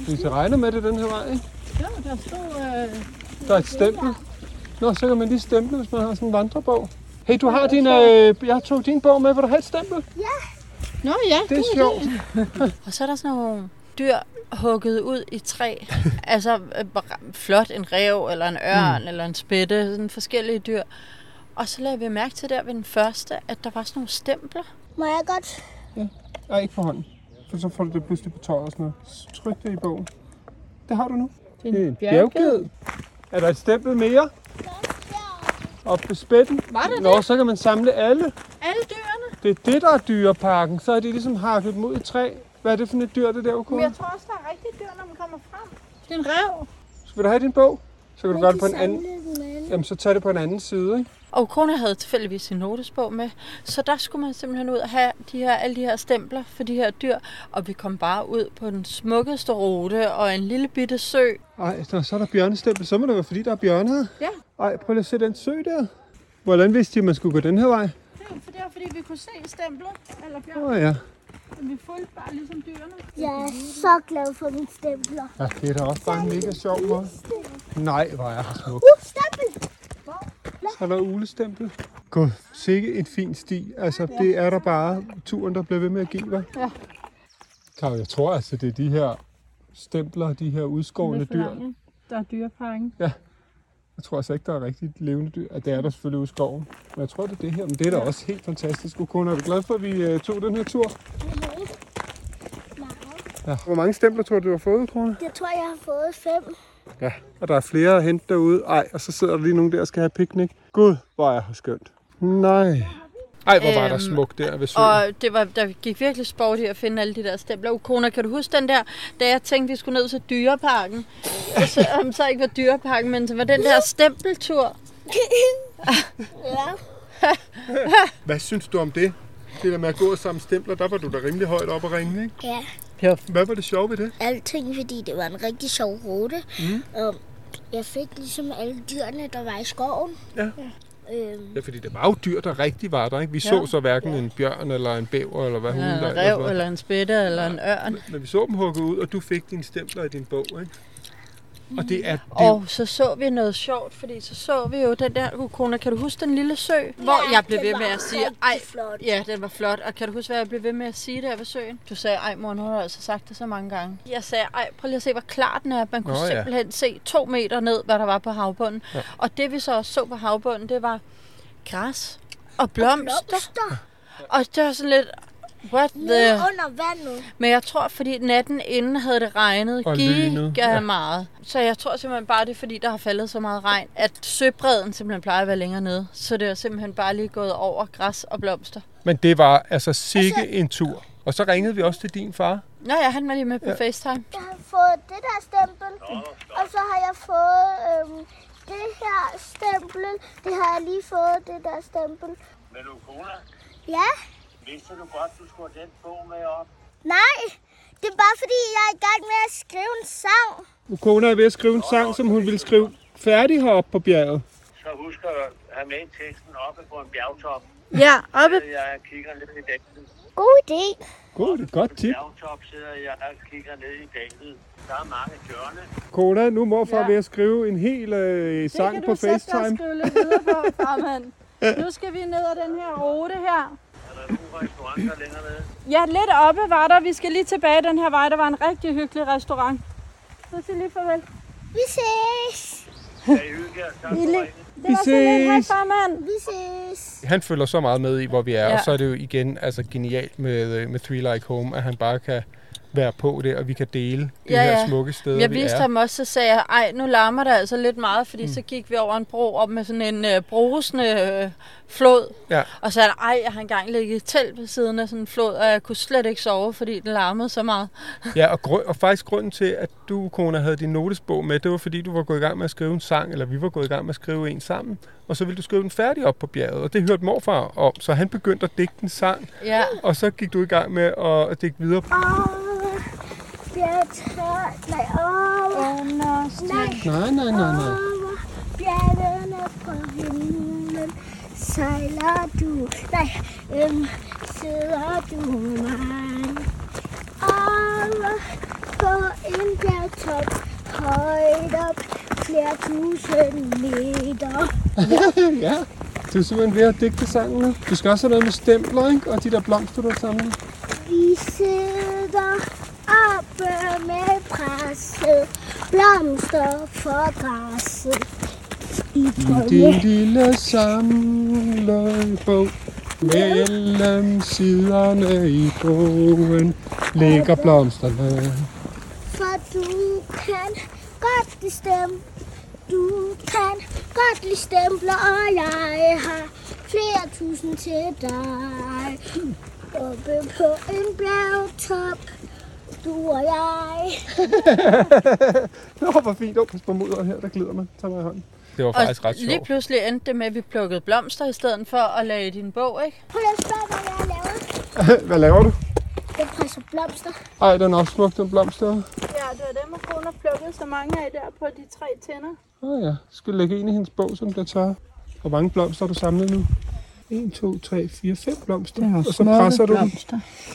Vi skal regne med det den her vej, ikke?
Jo, der stod... Øh,
Der er et stempel. Nå, så kan man lige stemple, hvis man har sådan en vandrebog. Hey, du har din, øh, jeg tog din bog med. Vil du have et stempel?
Nå ja,
Det er sjovt.
Og så er der sådan nogle dyr hugget ud i træ. altså øh, bare flot, en rev, eller en ørn, mm. eller en spætte, sådan forskellige dyr. Og så lagde vi mærke til der ved den første, at der var sådan nogle stempler.
Må jeg godt?
Nej, ikke på hånden. For så får du det pludselig på tøjet og sådan noget. Så Tryk det i bogen. Det har du nu.
en
Det er en
bjergged.
bjergged. Er der et stempel mere? Op på spætten.
Var der
Nå, så kan man samle alle.
Alle dyrene.
Det er det, der er dyreparken. Så er de ligesom hakket dem ud i træ. Hvad er det for et dyr, det der, Ukona?
tror også, der er rigtig dyr, når man kommer frem. Det er en rev.
Skal du have din bog? Så kan du gøre det på en anden...
anden.
Jamen, så tag det på en anden side, ikke?
Og Kona havde tilfældigvis sin notesbog med, så der skulle man simpelthen ud og have de her, alle de her stempler for de her dyr. Og vi kom bare ud på den smukkeste rute og en lille bitte sø.
Ej, der, så er der bjørnestempel. Så må det være, fordi der er bjørne her.
Ja.
Ej, prøv lige at se den sø der. Hvordan vidste de, at man skulle gå den her vej?
For det var, fordi vi kunne se stemplet. Eller bjørn.
Åh oh, ja.
Vi fulgte bare ligesom dyrene.
Jeg er så glad for mine stempler.
Ja, det er da også bare en mega sjov måde. Nej, hvor er det smukt.
Uh, stempel!
Så er der ulestempel. Gud, sikke en fin sti. Altså, det er der bare turen, der bliver ved med at give, hva'? Ja. Karl, jeg tror altså, det er de her stempler, de her udskårende dyr.
Der er dyreparken.
Jeg tror altså ikke, der er rigtigt levende dyr. Ja, det er der selvfølgelig ude i skoven. Men jeg tror, det er det her. Men det er da også helt fantastisk. Ukona, er du glad for, at vi øh, tog den her tur? Ja. Hvor mange stempler tror du, du har fået, Ukona?
Jeg tror, jeg har fået fem.
Ja, og der er flere at hente derude. Ej, og så sidder der lige nogen der og skal have picnic. Gud, hvor er her skønt. Nej. Ej, hvor var der
Øhm,
smukt der ved søen.
Og det var, der gik virkelig sport i at finde alle de der stempler. Ukona, kan du huske den der, da jeg tænkte, vi skulle ned til dyreparken? Og så, om så ikke var dyreparken, men så var den der stempeltur.
ja.
Hvad synes du om det? Det der med at gå og samle stempler, der var du da rimelig højt op og ringe, ikke?
ja.
Hvad var det sjove ved det?
Alting, fordi det var en rigtig sjov rute. Mm. Og jeg fik ligesom alle dyrene, der var i skoven.
Ja.
Øhm,
Ja, fordi det var jo dyr, der rigtig var der, ikke? Vi ja. så så hverken en bjørn eller en bæver, eller hvad hun
Eller
der
en
ellers
rev,
var.
eller en spætte, eller en ørn.
Men vi så dem hugget ud, og du fik dine stempler i din bog, ikke? Mm. Og det er... Det,
Og så så vi noget sjovt, fordi så så vi jo den der, Ukona, kan du huske den lille sø? Hvor jeg blev
den
ved med
var
at sige,
rigtig
ej,
flot."
ja, den var flot. Og kan du huske, hvad jeg blev ved med at sige der ved søen? Du sagde, ej mor, nu har du altså sagt det så mange gange. Jeg sagde, ej, prøv lige at se, hvor klar den er. Man kunne
Nå, ja.
simpelthen se to meter ned, hvad der var på havbunden. Og det vi så også så på havbunden, det var græs og blomster.
Blomster
Og det var sådan lidt, what
nede
the...
under vandet.
Men jeg tror, fordi natten inden havde det regnet
Og lynet,
giga
ja.
ja. meget. Så jeg tror simpelthen bare, det er fordi, der har faldet så meget regn, at søbredden simpelthen plejer at være længere nede. Så det er simpelthen bare lige gået over græs og blomster.
Men det var altså sikke en tur. Og så ringede vi også til din far.
Nå ja, han var lige med på ja. FaceTime.
Jeg har fået det der stempel, og så har jeg fået øhm, det her stempel. Det har jeg lige fået, det der stempel.
Men du, Cola,
Ja,
vidste du godt, du skulle have den bog med op?
nej, det er bare fordi, jeg er i gang med at skrive en sang.
Ukona er ved at skrive en sang, som hun ville skrive færdig heroppe på bjerget.
Så husk at have med i teksten oppe på en bjergtop.
Ja, oppe.
Sidder jeg og kigger ned i dækket.
God idé.
God, det er et godt tip.
Bjergtop sidder jeg og kigger ned i dækket. Der er mange bjørne.
Kona, nu er morfar
Ja.
ved at skrive en hel øh,
Det
sang
kan
på
du sætte dig og
FaceTime.
skrive lidt videre på, farmand. Nu skal vi ned ad den her rute her.
Er der nogle restauranter længere nede?
Ja, lidt oppe var der. Vi skal lige tilbage den her vej. Der var en rigtig hyggelig restaurant. Nu siger lige farvel.
Vi ses.
Kan I hygge jer? Tak for ringen.
Det var så lidt. Hej, farmand.
Vi ses.
Han følger så meget med i, hvor vi er, ja.
Ja.
og så er det jo igen altså, genialt med, øh, med Three Like Home, at han bare kan være på det, og vi kan dele det
Ja,
her
ja.
smukke sted,
Jeg
vi
viste
er.
ham også, så sagde jeg, ej, nu larmer det altså lidt meget, fordi mm. så gik vi over en bro op med sådan en øh, brusende øh, flod.
Ja.
Og så er der, ej, jeg har engang ligget i telt ved siden af sådan en flod, og jeg kunne slet ikke sove, fordi den larmede så meget.
Ja, og, grund, og faktisk grunden til, at du, Kona, havde din notesbog med, det var fordi, du var gået i gang med at skrive en sang, eller vi var gået i gang med at skrive en sammen, og så ville du skrive den færdig op på bjerget, og det hørte morfar om, så han begyndte at digte en sang,
Ja,
og så gik du i gang med at, at digte videre.
Åh, bjergetræer. Nej, åh, nej,
Nej, nej, nej, nej.
åh, bjergene på himlen. Sejler du, nej, øhm, sidder du mig. Over på en bjergtop, højt op, flere tusind meter.
ja, du er simpelthen ved at digte sangen nu. Du skal også have noget med stempler, ikke? Og de der blomster, du har samlet.
Vi sidder oppe med presset, blomster for græsset. I
Din
drømme
lille samlebog Mellem siderne i bogen Ligger blomsterne
for du kan godt lide dem. Du kan godt lide stempler, og jeg har flere tusind til dig. Oppe på en bjergtop, du og jeg.
Nå, hvor fint. Åh, pas på modet her, der glider man. Tag mig i hånden. Det var
og
faktisk ret
lige
sjovt.
pludselig endte det med, at vi plukkede blomster i stedet for at lage i din bog, ikke?
Prøv lige at spørge, hvad jeg laver.
Hvad laver du?
Jeg presser blomster.
Ej, den er også smuk, den blomster.
Ja, det var dem, og hun har plukket så mange af der på de tre tænder.
Åh oh, ja, Jeg skal lægge en i hendes bog, som bliver tørre. Hvor mange blomster har du samlet nu? 1, 2, 3, 4, 5 blomster. Og så presser du dem.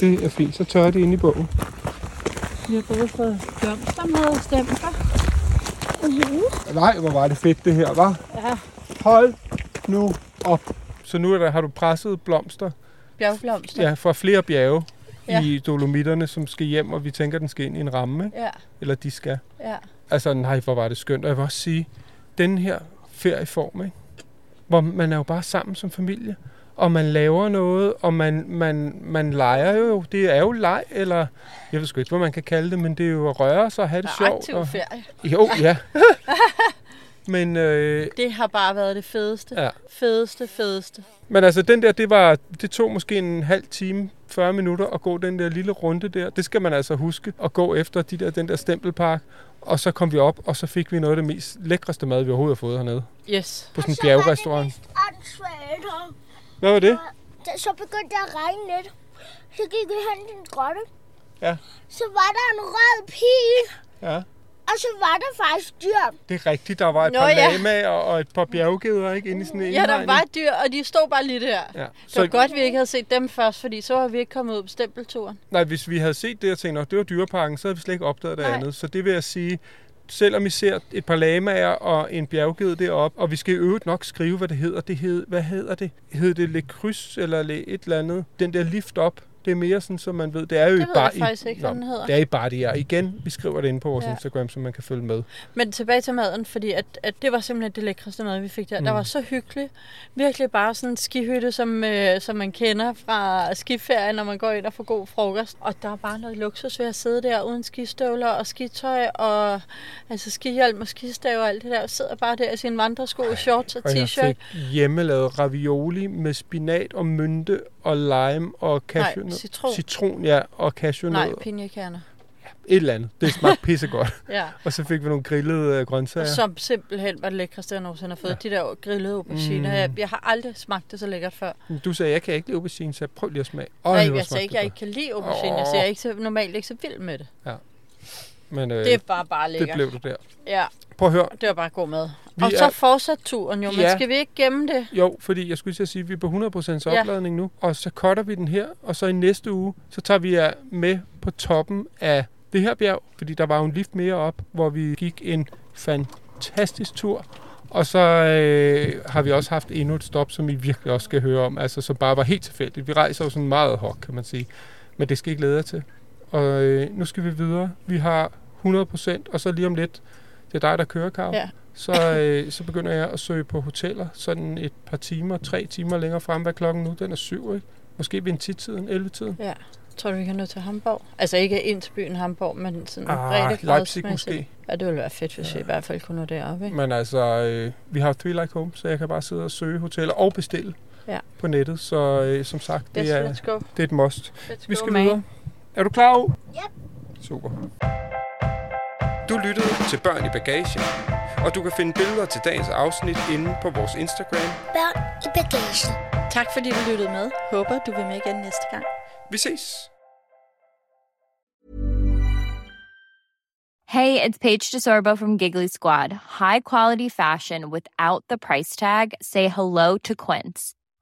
Det er fint, så tørrer de ind i bogen.
Vi har både fået blomster med stempler.
Nej, hvor var det fedt det her, var.
Ja.
Hold nu op. Så nu er der, har du presset blomster
Bjergblomster.
ja, fra flere bjerge ja.
Ja.
i Dolomitterne, som skal hjem, og vi tænker, den skal ind i en ramme, ikke?
Ja,
eller de skal.
ja.
Altså, nej, hvor var det skønt. Og jeg vil også sige, den her ferieform, ikke? hvor man er jo bare sammen som familie, og man laver noget, og man, man, man leger jo. Det er jo leg, eller jeg ved sgu ikke, hvad man kan kalde det, men det er jo at røre sig og have det
Der er
sjovt.
aktiv
og,
ferie.
jo, ja. men, øh,
Det har bare været det fedeste.
Ja.
Fedeste, fedeste.
men altså, den der, det, var, det tog måske en halv time, 40 minutter at gå den der lille runde der. Det skal man altså huske at gå efter de der, den der stempelpark. Og så kom vi op, og så fik vi noget af det mest lækreste mad, vi overhovedet har fået hernede.
Yes.
på sådan en
Så var det
bjergrestaurant.
mest åndssvagt, og
Hvad var det?
da- Så begyndte det at regne lidt. Så gik vi hen til en grotte.
Ja.
Så var der en rød pil,
Ja.
og så var der faktisk dyr.
Det er rigtigt, der var et
Nå,
par
ja.
lamaer og et par bjerggeder, ikke? Inde i sådan en
Ja, der
indhegning.
var dyr, og de stod bare lige der.
Ja.
Det var
Så,
godt, vi ikke havde set dem først, fordi så var vi ikke kommet ud på stempelturen.
nej, hvis vi havde set det og tænkt, at det var dyreparken, så havde vi slet ikke opdaget det
Nej.
andet. Så det vil jeg sige, selvom I ser et par lamaer og en bjergged deroppe, og vi skal i øvrigt nok skrive, hvad det hedder. Det hed, hvad hedder det? Hed det Le Cruz eller Le et eller andet? Den der lift op Det er mere sådan, så man ved. Det er jo
Det
i
ved
bar-
jeg faktisk ikke,
i, Nå,
hvad den hedder.
Det er i bare det er. Igen, vi skriver det inde på vores
Ja.
ja. Instagram, så man kan følge med.
Men tilbage til maden, fordi at, at det var simpelthen det lækreste mad, vi fik der. Mm. Der var så hyggeligt. Virkelig bare sådan en skihytte, som, øh, som man kender fra skiferie, når man går ind og får god frokost. Og der er bare noget luksus ved at sidde der uden skistøvler og skitøj og altså skihjelm og skistave og alt det der. Og sidder bare der i sine vandresko, Ej, shorts og
Og jeg
t-shirt.
fik hjemmelavet ravioli med spinat og mynte og lime og cashewnød.
citron.
Citron, ja, og cashewnød.
Nej,
Et
pinjekerner.
eller andet. Det smagte pissegodt.
Ja.
Og så fik vi nogle grillede øh, grøntsager.
Og som simpelthen var det lækreste, jeg nogensinde har fået. Ja. De der grillede auberginer. Mm. Jeg, jeg har aldrig smagt det så lækkert før.
Du sagde, jeg kan ikke lide aubergine, så prøv lige at smage.
Og
Øj,
Nej,
hvor
jeg
smagte
sagde ikke,
det
jeg ikke kan lide aubergine. Oh. Jeg sagde, jeg er ikke så, normalt ikke så vild med det.
godt. Men øh,
Det
det,
var bare
det
lækkert.
blev det der.
Ja,
Prøv at høre.
det var bare god mad.
Vi
og så
er-
fortsat turen jo, men
Ja.
skal vi ikke gemme det?
Jo, fordi jeg skulle til at sige, at vi er på 100%
Ja.
opladning nu, og så cutter vi den her, og så i næste uge, så tager vi jer med på toppen af det her bjerg, fordi der var jo en lift mere op, hvor vi gik en fantastisk tur, og så øh, har vi også haft endnu et stop, som I virkelig også skal høre om, altså som bare var helt tilfældigt. Vi rejser jo sådan meget hok, kan man sige, men det skal I ikke lede jer til. Og øh, nu skal vi videre. Vi har 100%, og så lige om lidt, det er dig, der kører, Karo
Ja.
så, øh, så begynder jeg at søge på hoteller, sådan et par timer, tre timer længere frem. Hvad er klokken nu? Den er syv, ikke? Måske ved en tidtiden, 11-tiden?
Ja. Tror du, vi kan nå til Hamburg? Altså ikke ind til byen Hamburg, men sådan
Ah,
rigtig
Leipzig måske.
Ja, det ville være fedt, hvis ja. vi i hvert fald kunne nå derop, ikke?
Men altså, øh, vi har Three Like Home, så jeg kan bare sidde og søge hoteller og bestille
Ja.
på nettet. Så øh, som sagt,
Yes,
det er,
let's go.
det er et must.
Let's
Vi
go,
skal
man.
videre. Er du klar, Yep.
Yep.
Super. Du lyttede til Børn i Bagagen, og du kan finde billeder til dagens afsnit inde på vores Instagram.
Børn i bagagen.
Tak fordi du lyttede med. Håber, du vil med igen næste gang.
Vi ses!
Hey, it's Paige DeSorbo from Giggly Squad. High quality fashion without the price tag. Say hello to Quince.